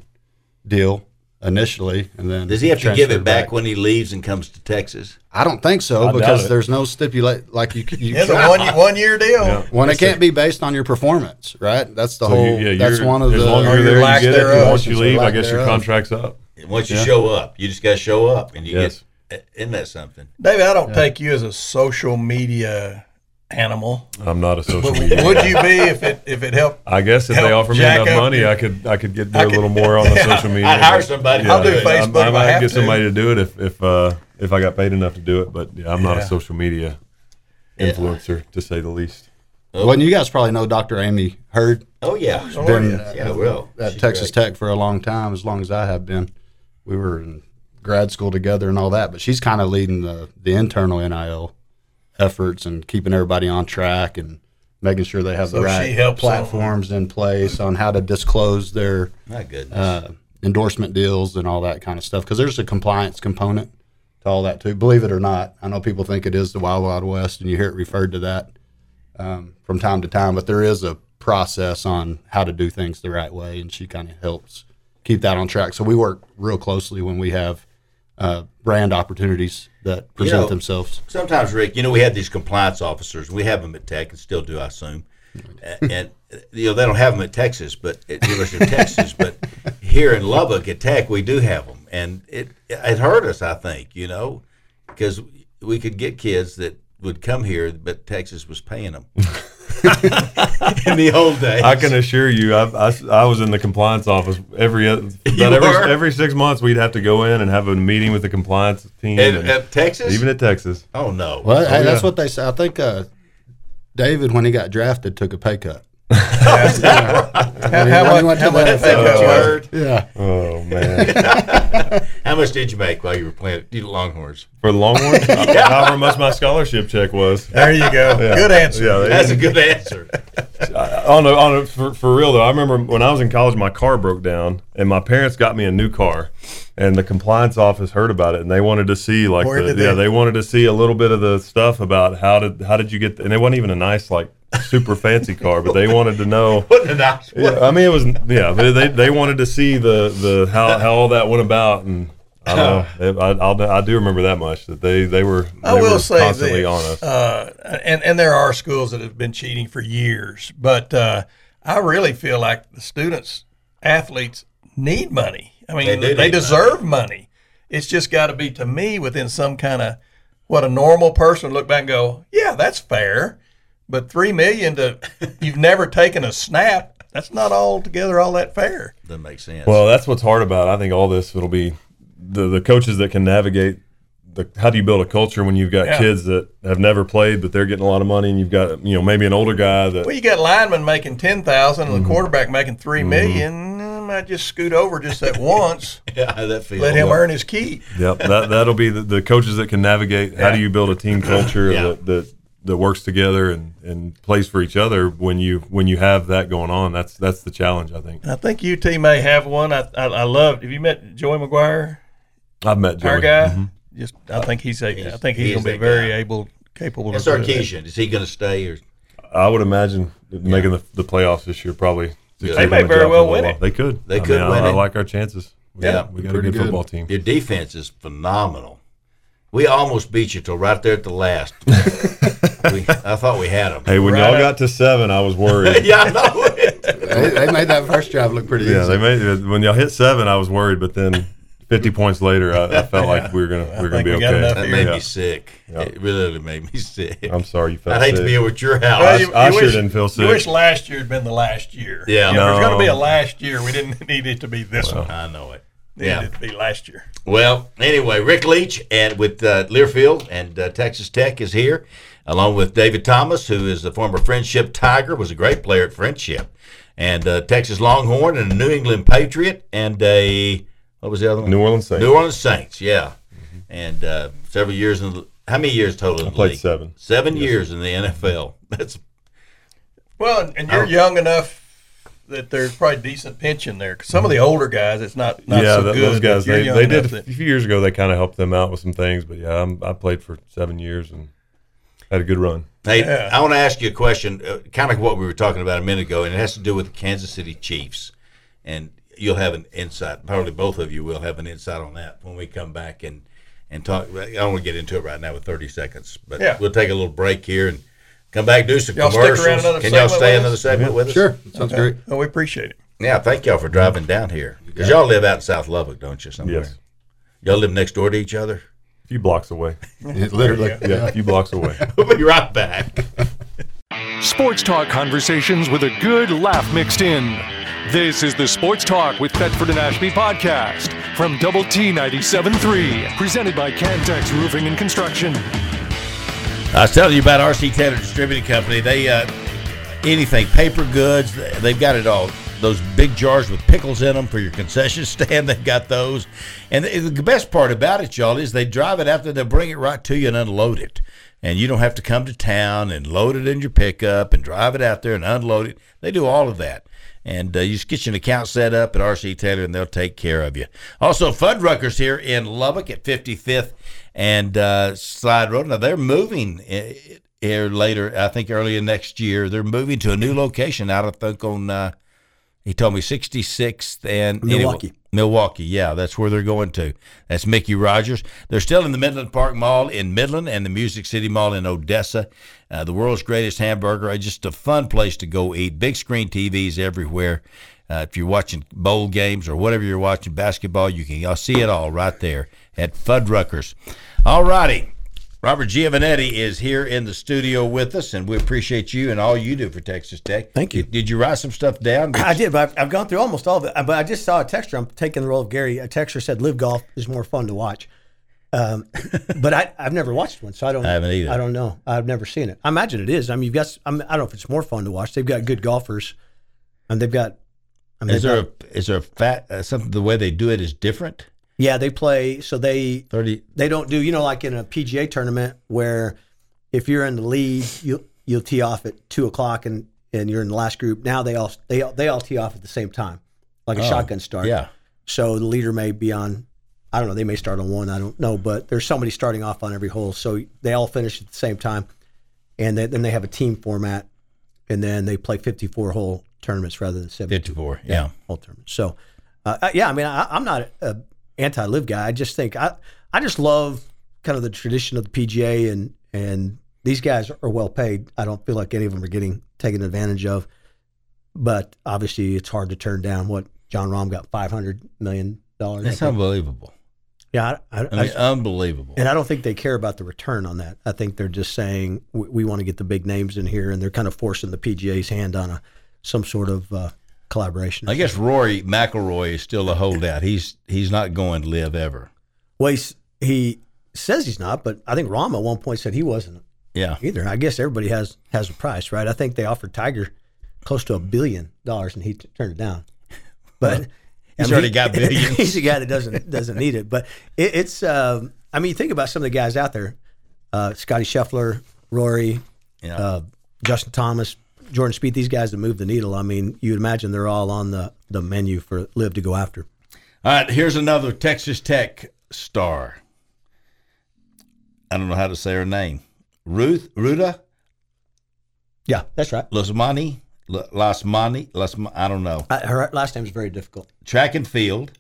deal initially, and then Does he have to give it transferred back, when he leaves and comes to Texas? I don't think so doubt because it. there's no stipulate like you. c- you It's a can't- one one year deal. Yeah. when it can't be based on your performance, right? That's the So whole. you, yeah, that's you're, one of as the. long as or Oh, you're your there, lack you get it. thereof. Once you leave, I Lack guess your thereof. contract's up. Once you show up, you just got to show up, and you Yes. get. eh, Isn't that something? David, I don't take you as a social media animal. I'm not a social But media. would you be if it if it helped? I guess if they Help offer me jack enough up money, your- I could I could get there a little more on the social media. I'd hire but- somebody. I'll do I'm- Facebook I if I might have get to. somebody to do it if if uh, if I got paid enough to do it. But yeah, I'm not a social media influencer to say the least. well, and you guys probably know Dr. Amy Heard Oh yeah. been yeah, well, at Texas Tech for a long time, as long as I have been. We were in grad school together and all that, but she's kind of leading the the internal NIL efforts and keeping everybody on track and making sure they have So the she right helps on- platforms in place on how to disclose their My goodness. uh, endorsement deals and all that kind of stuff because there's a compliance component to all that too. Believe it or not, I know people think it is the Wild Wild West, and you hear it referred to that um, from time to time. But there is a process on how to do things the right way, and she kind of helps keep that on track. So we work real closely when we have uh, brand opportunities that present know, themselves. Sometimes, Rick, you know, we have these compliance officers. We have them at Tech and still do, I assume. and, and, you know, they don't have them at Texas, but at University of Texas, but here in Lubbock at Tech, we do have them. And it, it hurt us, I think, you know, because we could get kids that would come here, but Texas was paying them in the old days. I can assure you, I, I, I was in the compliance office every oth- about were? every, every six months. We'd have to go in and have a meeting with the compliance team, At, and- at Texas? even at Texas. oh, no. Well, hey, that's what they say. I think uh, David, when he got drafted, took a pay cut. How, mean, how I much? went to How much? that- is that That's what you going? heard. Yeah, Oh man, How much did you make while you were playing at Longhorns? for the Longhorns, however much my scholarship check was. There you go. Good answer. Yeah, they- That's a good answer. on a, on a, oh, for, for real though, I remember when I was in college, my car broke down, and my parents got me a new car, and the compliance office heard about it, and they wanted to see like Where the, did they- yeah, they wanted to see a little bit of the stuff about how did how did you get, and it wasn't even a nice like super fancy car, but they wanted to know. What an nice Yeah, I mean, it was yeah, but they they wanted to see the the how how all that went about and. I don't know. I, I'll, I do remember that much that they they were they I will were say constantly this, on us. Uh, and and there are schools that have been cheating for years, but uh, I really feel like the students, athletes need money. I mean, They they, do need deserve money. It's just got to be to me within some kind of what a normal person would look back and go, yeah, that's fair. But three million to you've never taken a snap. That's not altogether all that fair. Doesn't make sense. Well, that's what's hard about. It. I think all this it'll be the the coaches that can navigate. The, how do you build a culture when you've got Yeah. kids that have never played but they're getting a lot of money and you've got you know maybe an older guy that Well, you got linemen making ten thousand Mm-hmm. and the quarterback making three million. mm, I might just scoot over just that once. yeah, that feels Let him earn his keep. yep that that'll be the, the coaches that can navigate how do you build a team culture Yeah. that, that that works together and and plays for each other when you when you have that going on that's that's the challenge I think I think UT may have one. I I, I love. Have you met Joey McGuire, I've met Joey. Mm-hmm. our guy? Just I think he's a, I He's- think he's he is going to be that very guy. able, capable. That's of doing that. Sarkeesian. Is he going to stay or I would imagine making the, the playoffs this year probably They secured may him a very job for well a win while. it. they could They could I, win I it. like our chances we Yeah. got, we got a Pretty good, good. football team your defense is phenomenal? We almost beat you till right there at the last. we, I thought we had him. Hey, when y'all got to seven, I was worried. yeah, I know. they, they made that first drive look pretty yeah, easy. they made when y'all hit seven, I was worried. But then, fifty points later, I, I felt like we were gonna we were gonna think be we got enough okay. that made Yeah. me sick. It really made me sick. I'm sorry you felt. I'd hate to sick. be over at your house. Well, you- I you sure wish- didn't feel You sick. wish last year had been the last year. Yeah. If there's going to be a No. last year. We didn't need it to be this one. I know it. It Yeah. needed to be last year. Well, anyway, Rick Leach and with uh, Learfield and uh, Texas Tech is here, along with David Thomas, who is the former Friendship Tiger, was a great player at Friendship, and uh, Texas Longhorn and a New England Patriot and a what was the other one? New Orleans Saints. New Orleans Saints, yeah, and uh, several years in. The, how many years total? In the played league? seven. Seven years in the NFL. That's Well, and, and you're young enough that there's probably decent pension there. 'Cause some of the older guys, it's not not Mm-hmm. yeah, so th- good. those but guys. you're They, young they did enough a that- few years ago. They kind of helped them out with some things. But yeah, I'm, I played for seven years and had a good run. Hey, Yeah. I want to ask you a question, uh, kind of what we were talking about a minute ago, and it has to do with the Kansas City Chiefs. And you'll have an insight. Probably both of you will have an insight on that when we come back and and talk. I don't want to get into it right now with 30 seconds, but Yeah. we'll take a little break here and come back do some Y'all stick around commercials. another Can y'all segment stay with another us? segment with us? Sure, sounds great. Oh, we appreciate it. Yeah, thank y'all for driving down here because y'all live out in South Lubbock, don't you? Somewhere. Yes, Y'all live next door to each other. a few blocks away. It literally, Yeah, a few blocks away. We'll be right back. Sports talk conversations with a good laugh mixed in. This is the Sports Talk with Thetford and Ashby podcast from Double T 97.3, presented by Cantex Roofing and Construction. I was telling you about RC Taylor Distributing Company. They uh, anything paper goods, they- they've got it all. Those big jars with pickles in them for your concession stand, they've got those. And the the best part about it, y'all, is they drive it out there, they bring it right to you and unload it. And you don't have to come to town and load it in your pickup and drive it out there and unload it. They do all of that. And uh, you just get you an account set up at RC Taylor, and they'll take care of you. Also, Fuddruckers here in Lubbock at 55th and uh, Slide Road. Now, they're moving i- here later, I think earlier next year. They're moving to a new location out, I think, on, uh, he told me, 66th and anyway- Milwaukee. Milwaukee, yeah, that's where they're going to. That's Mickey Rogers. They're still in the Midland Park Mall in Midland and the Music City Mall in Odessa. Uh, the world's greatest hamburger, uh, just a fun place to go eat. Big screen TVs everywhere. Uh, if you're watching bowl games or whatever you're watching, basketball, you can y'all see it all right there at Fuddruckers. All righty. Robert Giovanetti is here in the studio with us, and we appreciate you and all you do for Texas Tech. Thank you. Did, did you write some stuff down? I did, but I've, I've gone through almost all of it. Uh, But I just saw a texture. I'm taking the role of Gary. A texture said live golf is more fun to watch. Um, but I, I've never watched one, so I don't. I haven't either. I don't know. I've never seen it. I imagine it is. I mean, you've got. s- I, mean, I don't know if it's more fun to watch. They've got good golfers, and they've got. I mean, Is they've there a, got- is there a fat uh, something the way they do it is different? yeah, they play. So they Thirty. they don't do you know like in a PGA tournament where if you're in the lead you you'll tee off at two o'clock and and you're in the last group now they all they all, they all tee off at the same time like a shotgun start Oh, Yeah. so the leader may be on I don't know they may start on one I don't know but there's somebody starting off on every hole so they all finish at the same time and they, then they have a team format and then they play 54 hole tournaments rather than 70 Fifty-four. Yeah. whole tournament. So, uh, uh, yeah, I mean, I, I'm not a anti live guy. I just think I, I just love kind of the tradition of the PGA and and these guys are well paid. I don't feel like any of them are getting taken advantage of, but obviously it's hard to turn down what John Rahm got five hundred million dollars. That's unbelievable. yeah, I, I, I I- mean, unbelievable. and I don't think they care about the return on that. I think they're just saying we, we want to get the big names in here, and they're kind of forcing the PGA's hand on a some sort of uh, collaboration. I guess Rory McIlroy is still a holdout. He's he's not going to live ever. Well, he's, he says he's not, but I think Rahm at one point said he wasn't Yeah. either. I guess everybody has has a price, right? I think they offered Tiger close to a billion dollars, and he t- turned it down. But he's I mean, already got billions. he's a guy that doesn't doesn't need it. But it, it's um, I mean, think about some of the guys out there: uh, Scotty Scheffler, Rory, Yeah. uh, Justin Thomas. Jordan Speed, these guys that move the needle. I mean, you'd imagine they're all on the, the menu for Live to go after. All right. Here's another Texas Tech star. I don't know how to say her name. Ruth Ruda Yeah, that's right. Lasmani L- Lasmani Lasm. I don't know. I, her last name is very difficult. track and field.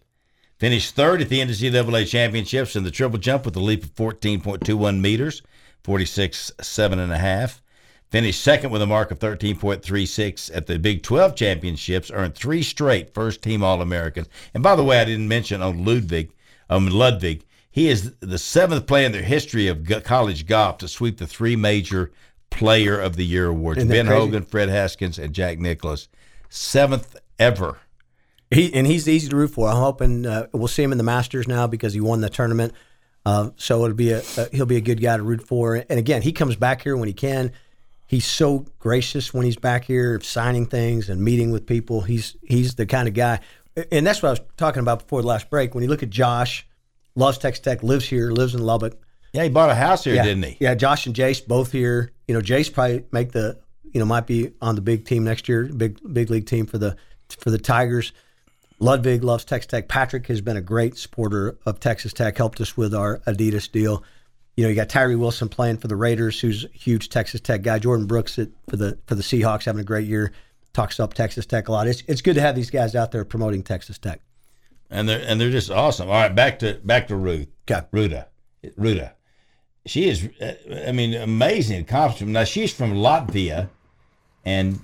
Finished third at the NCAA championships in the triple jump with a leap of 14.21 meters, 46, seven and a half. Finished second with a mark of 13.36 at the Big 12 championships, earned three straight first team All Americans. And by the way, I didn't mention on Ludwig, um, Ludwig, he is the seventh player in the history of go- college golf to sweep the three major Player of the Year awards Isn't that Ben crazy? Hogan, Fred Haskins, and Jack Nicklaus. Seventh ever. He and he's easy to root for. I'm hoping uh, we'll see him in the Masters now because he won the tournament. Uh, so it'll be a, a he'll be a good guy to root for. And again, he comes back here when he can. He's so gracious when he's back here, of signing things and meeting with people. He's he's the kind of guy, and that's what I was talking about before the last break. When you look at Josh, loves Texas Tech, lives here, lives in Lubbock. Yeah, he bought a house here, yeah. didn't he? Yeah, Josh and Jace both here. You know, Jace probably make the you know might be on the big team next year, big big league team for the for the Tigers. Ludwig loves Texas Tech. Patrick has been a great supporter of Texas Tech. Helped us with our Adidas deal. You know, you got Tyree Wilson playing for the Raiders, who's a huge Texas Tech guy. Jordan Brooks at, for the for the Seahawks having a great year. Talks up Texas Tech a lot. It's it's good to have these guys out there promoting Texas Tech. And they're and they're just awesome. All right, back to back to Ruth. Okay. Ruda, Ruda. She is, uh, I mean, amazing accomplishment. Now she's from Latvia, and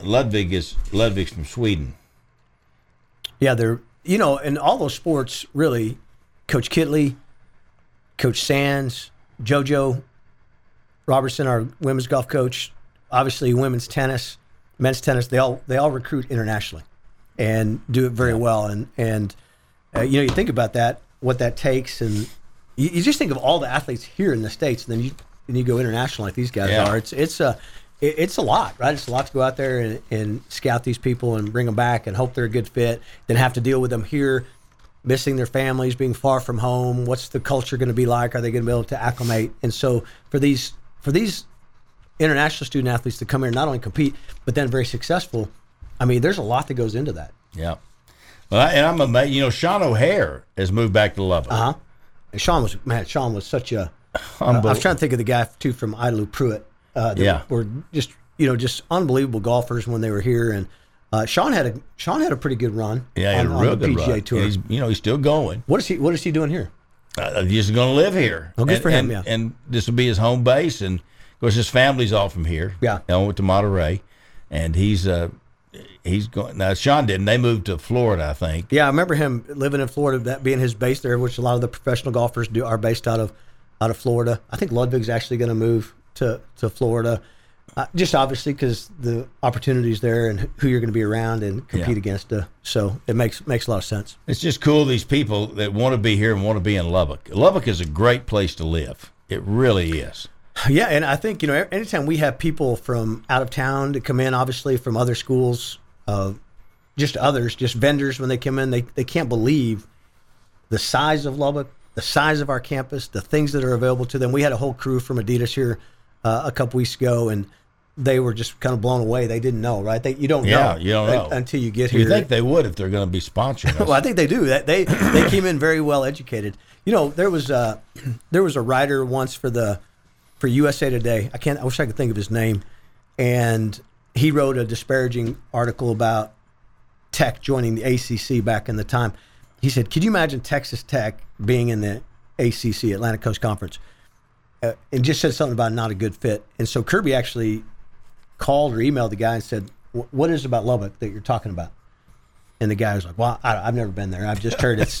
Ludwig is Ludwig's from Sweden. Yeah, they're you know, in all those sports, really, Coach Kitley, Coach Sands, JoJo Robertson, our women's golf coach, obviously women's tennis, men's tennis, they all they all recruit internationally and do it very well. And and uh, you know, you think about that, what that takes, and you, you just think of all the athletes here in the states, and then you and you go international like these guys Yeah. are. It's it's a it- it's a lot, right? It's a lot to go out there and, and scout these people and bring them back and hope they're a good fit. Then have to deal with them here, missing their families, being far from home. What's the culture going to be like? Are they going to be able to acclimate? And so for these for these international student athletes to come here and not only compete but then very successful. I I mean, there's a lot that goes into that. Yeah. Well, I, and I'm amazed. You know, Sean O'Hare has moved back to Lubbock. Uh huh. And Sean was man. Sean was such a. uh, I was trying to think of the guy too from Idlewild Pruitt. Uh, that Yeah. Were just you know just unbelievable golfers when they were here, and uh, Sean had a Sean had a pretty good run. Yeah, he had on, a on real the good PGA run. tour. And He's, you know, he's still going. What is he What is he doing here? Uh, he's going to live here. Oh, good and, for And, him, yeah. and this will be his home base, and of course, his family's all from here. Yeah. They all went to Monterey, and he's uh, he's going. Now, Sean didn't. They moved to Florida, I think. Yeah, I remember him living in Florida, that being his base there, which a lot of the professional golfers do are based out of out of Florida. I think Ludwig's actually going to move to to Florida, uh, just obviously because the opportunities there and who you're going to be around and compete Yeah. against. Uh, so it makes makes a lot of sense. It's just cool these people that want to be here and want to be in Lubbock. Lubbock is a great place to live. It really is. Yeah, and I think you know, e-, anytime we have people from out of town to come in, obviously from other schools, uh, just others, just vendors when they come in, they they can't believe the size of Lubbock, the size of our campus, the things that are available to them. We had a whole crew from Adidas here uh, a couple weeks ago, and they were just kind of blown away. They didn't know, right? They you don't Yeah, know, you don't un- know. until you get here. You think they would if they're going to be sponsoring us? Well, I think they do. That they they came in very well educated. You know, there was a there was a writer once for the for USA Today. I can't. I wish I could think of his name. And he wrote a disparaging article about Tech joining the ACC back in the time. He said, "Could you imagine Texas Tech being in the ACC Atlantic Coast Conference?" Uh, and just said something about not a good fit. And so Kirby actually called or emailed the guy and said, "Wh- "What is it about Lubbock that you're talking about?" And the guy was like, "Well, I, I've never been there. I've just heard it's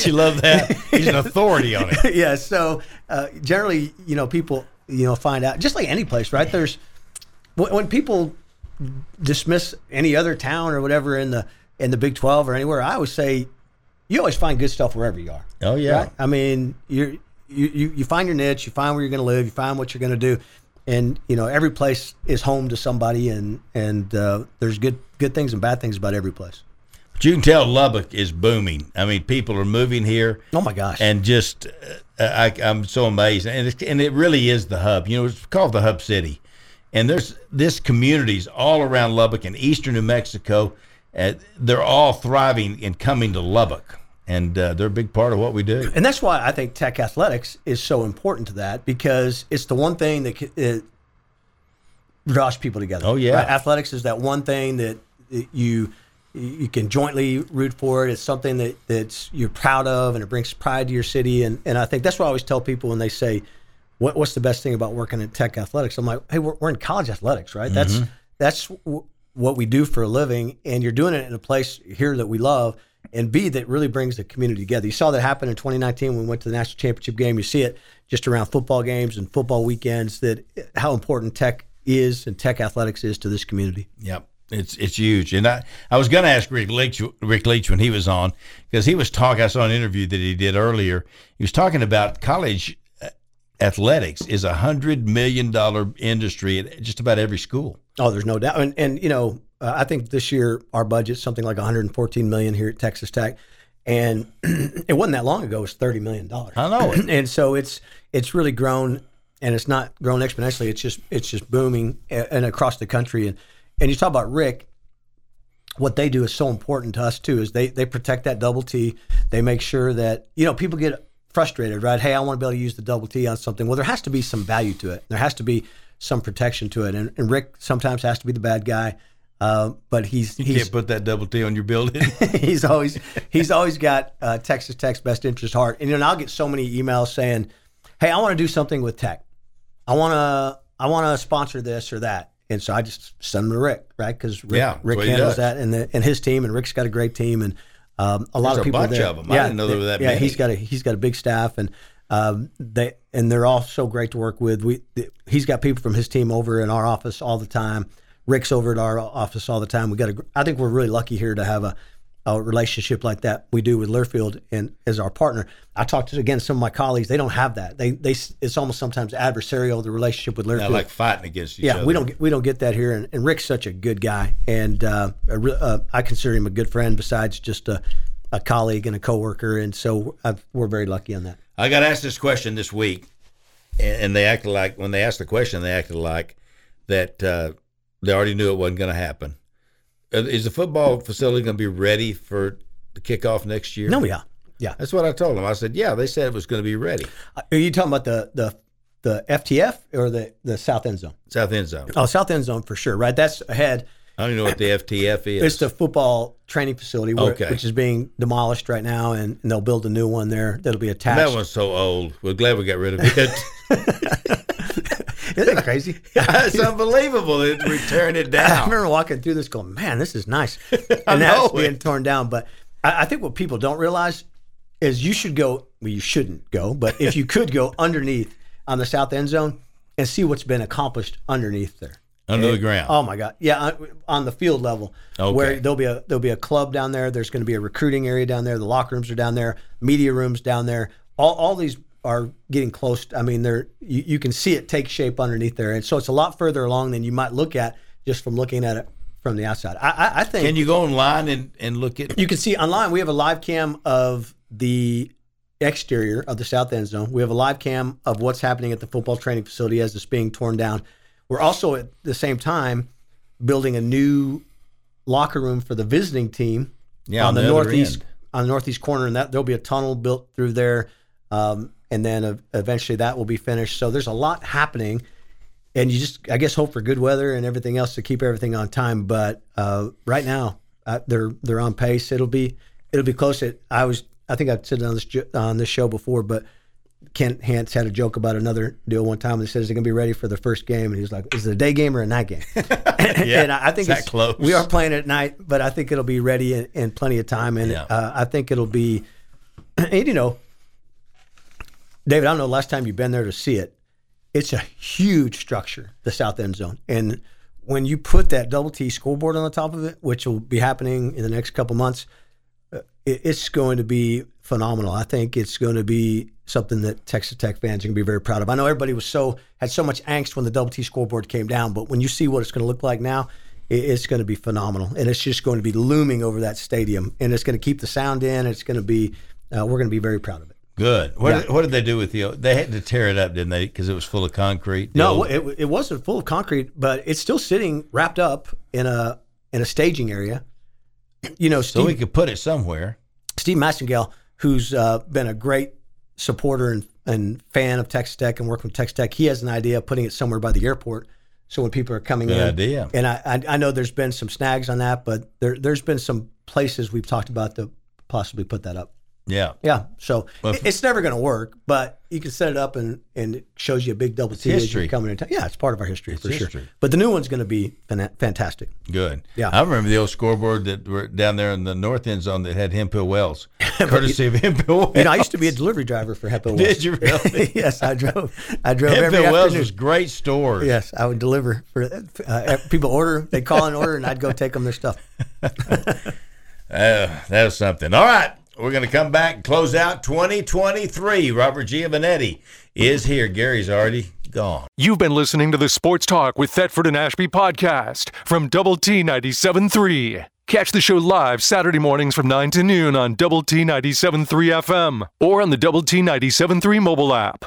she loved that. He's an authority on it. yeah." So uh, generally, you know, people you know find out just like any place, right? There's when, when people dismiss any other town or whatever in the in the Big Twelve or anywhere, I always say you always find good stuff wherever you are. Oh, yeah. I mean, you're, you you you find your niche, you find where you're going to live, you find what you're going to do, and you know every place is home to somebody, and and uh, there's good good things and bad things about every place. But you can tell Lubbock is booming. I mean, people are moving here. Oh my gosh! and just uh, I, I'm so amazed, and it's, and it really is the hub. You know, it's called the Hub City, and there's this communities all around Lubbock and eastern New Mexico. Uh, they're all thriving and coming to Lubbock, and uh, they're a big part of what we do. And that's why I think tech athletics is so important to that because it's the one thing that c- it draws people together. Oh, yeah. athletics is that one thing that that you you can jointly root for it. It's something that that's you're proud of and it brings pride to your city. And and I think that's what I always tell people when they say, what, "What's the best thing about working in tech athletics?" I'm like, "Hey, we're, we're in college athletics, right? That's Mm-hmm. that's w- what we do for a living, and you're doing it in a place here that we love." and B that really brings the community together. You saw that happen in 2019 when we went to the national championship game. You see it just around football games and football weekends that how important tech is and tech athletics is to this community. Yep. It's it's huge, and I, I was going to ask Rick Leach Rick Leach when he was on because he was talking. I saw an interview that he did earlier. He was talking about college uh, athletics is a hundred million dollar industry at just about every school. Oh, there's no doubt. And, and you know, uh, I think this year our budget's something like 114 million here at Texas Tech, and it wasn't that long ago. It was 30 million dollars. I know it. and so it's it's really grown, and it's not grown exponentially. It's just it's just booming a- and across the country. And and you talk about Rick. What they do is so important to us too. Is they they protect that double T. They make sure that you know people get frustrated, right? Hey, I want to be able to use the double T on something. Well, there has to be some value to it. There has to be some protection to it. And, and Rick sometimes has to be the bad guy, uh, but he's You he's can't put that double T on your building. he's always he's always got uh, Texas Tech's best interest heart. And then I'll get so many emails saying, "Hey, I want to do something with Tech. I want to I want to sponsor this or that." And so I just send them to Rick, right? Because Rick, Yeah, that's Rick what he does. handles that and the, and his team, and Rick's got a great team, and um, a lot There's of a people. bunch there. of 'em. I didn't know there were that yeah, many. he's got a he's got a big staff, and um, they and they're all so great to work with. We th- he's got people from his team over in our office all the time. Rick's over at our office all the time. We got a. gr- I think we're really lucky here to have a. A relationship like that we do with Learfield and as our partner. I talked to again some of my colleagues. They don't have that. They they s- it's almost sometimes adversarial the relationship with Learfield Not like fighting against each yeah, other. we don't get, we don't get that here, and, and Rick's such a good guy, and uh, a re- uh, I consider him a good friend besides just a, a colleague and a coworker, and so i we're very lucky on that. I got asked this question this week, and, and they acted like when they asked the question, they acted like that uh, they already knew it wasn't going to happen. uh, is the football facility going to be ready for the kickoff next year? No, yeah, yeah. That's what I told them. I said, yeah, they said it was going to be ready. Are you talking about the the the FTF or the the south end zone? South end zone. Oh, south end zone for sure, right? That's ahead. I don't even know what the FTF is. It's the football training facility, where, Okay. which is being demolished right now, and, and they'll build a new one there that'll be attached. that one's so old. We're glad we got rid of it. Isn't that crazy? it's unbelievable. They are tearing it I down. remember walking through this going, man, this is nice. And now it's know it. being torn down. But I, I think what people don't realize is you should go, well, you shouldn't go, but if you could go underneath on the south end zone and see what's been accomplished underneath there. Under the ground. Oh my God! Yeah, on- on the field level, where Okay. there'll be a there'll be a club down there. There's going to be a recruiting area down there. The locker rooms are down there. Media rooms down there. All, all these are getting close. I mean, they're you, you can see it take shape underneath there, and so it's a lot further along than you might look at just from looking at it from the outside. I, I, I think Can you go online and, and look at you can see online. We have a live cam of the exterior of the south end zone. We have a live cam of what's happening at the football training facility as it's being torn down. We're also at the same time building a new locker room for the visiting team Yeah, on on the, the other northeast end. on the northeast corner, and that there'll be a tunnel built through there, um, and then ev- eventually that will be finished. So there's a lot happening, and you just I guess hope for good weather and everything else to keep everything on time. But uh, right now uh, they're they're on pace. It'll be it'll be close. It I was I think I've said it on this jo- on this show before, but. Kent Hance had a joke about another deal one time. They said, "Is it going to be ready for the first game?" And he was like, "Is it a day game or a night game?" and I I think that it's close? We are playing at night, but I think it'll be ready in, in plenty of time, and Yeah. uh, I think it'll be. And you know, David, I don't know the last time you've been there to see it. It's a huge structure, the south end zone, and when you put that double T scoreboard on the top of it, which will be happening in the next couple months, it, it's going to be phenomenal. I think it's going to be something that Texas Tech fans are going to be very proud of. I know everybody was so had so much angst when the double T scoreboard came down, but when you see what it's going to look like now, it, it's going to be phenomenal, and it's just going to be looming over that stadium, and it's going to keep the sound in. It's going to be uh, we're going to be very proud of it. good? What, did, what did they do with the? They had to tear it up, didn't they? Because it was full of concrete. The No, old- it, it wasn't full of concrete, but it's still sitting wrapped up in a in a staging area. You know, so Steve, we could put it somewhere. Steve Massengill, who's uh, been a great supporter and, and fan of Texas Tech and worked with Texas Tech, he has an idea of putting it somewhere by the airport. So when people are coming Good in, idea. and I, I I know there's been some snags on that, but there there's been some places we've talked about to possibly put that up. Yeah, Yeah, so Well, it- if- it's never going to work, but you can set it up and and it shows you a big double T as you're history. coming in. town. Yeah, it's part of our history for sure. history. But the new one's going to be fan- fantastic. good. Yeah. I remember the old scoreboard that were down there in the north end zone that had Hempel Wells, courtesy of Hempel Wells. You know, I used to be a delivery driver for Hepa. Did you really? yes, I drove. I drove every Hempel Wells afternoon. was great stores. Yes, I would deliver for uh, people order. They call and order, and I'd go take them their stuff. Uh, that was something. All right. We're going to come back and close out 2023. Robert Giovanetti is here. Gary's already gone. You've been listening to the Sports Talk with Thetford and Ashby podcast from Double T 97.3. Catch the show live Saturday mornings from 9 to noon on Double T 97.3 FM or on the Double T 97.3 mobile app.